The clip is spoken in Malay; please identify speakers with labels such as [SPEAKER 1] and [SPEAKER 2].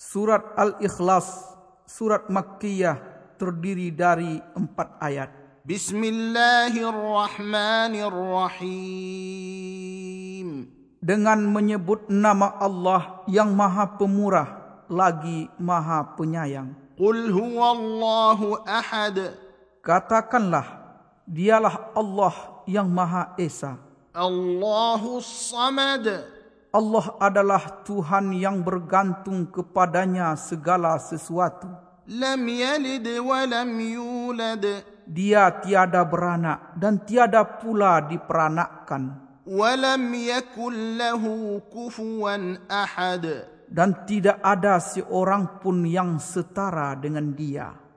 [SPEAKER 1] Surat Al-Ikhlas, surat Makkiyah terdiri dari empat ayat.
[SPEAKER 2] بسم الله الرحمن الرحيم
[SPEAKER 1] Dengan menyebut nama Allah yang maha pemurah lagi maha penyayang.
[SPEAKER 2] قل هو الله احد
[SPEAKER 1] Katakanlah, dialah Allah yang maha esa.
[SPEAKER 2] الله الصمد
[SPEAKER 1] Allah adalah Tuhan yang bergantung kepadanya segala sesuatu.
[SPEAKER 2] لم يلد ولم يولد
[SPEAKER 1] Dia tiada beranak dan tiada pula diperanakkan
[SPEAKER 2] ولم يكن له كفوا احد
[SPEAKER 1] dan tidak ada seorang pun yang setara dengan dia.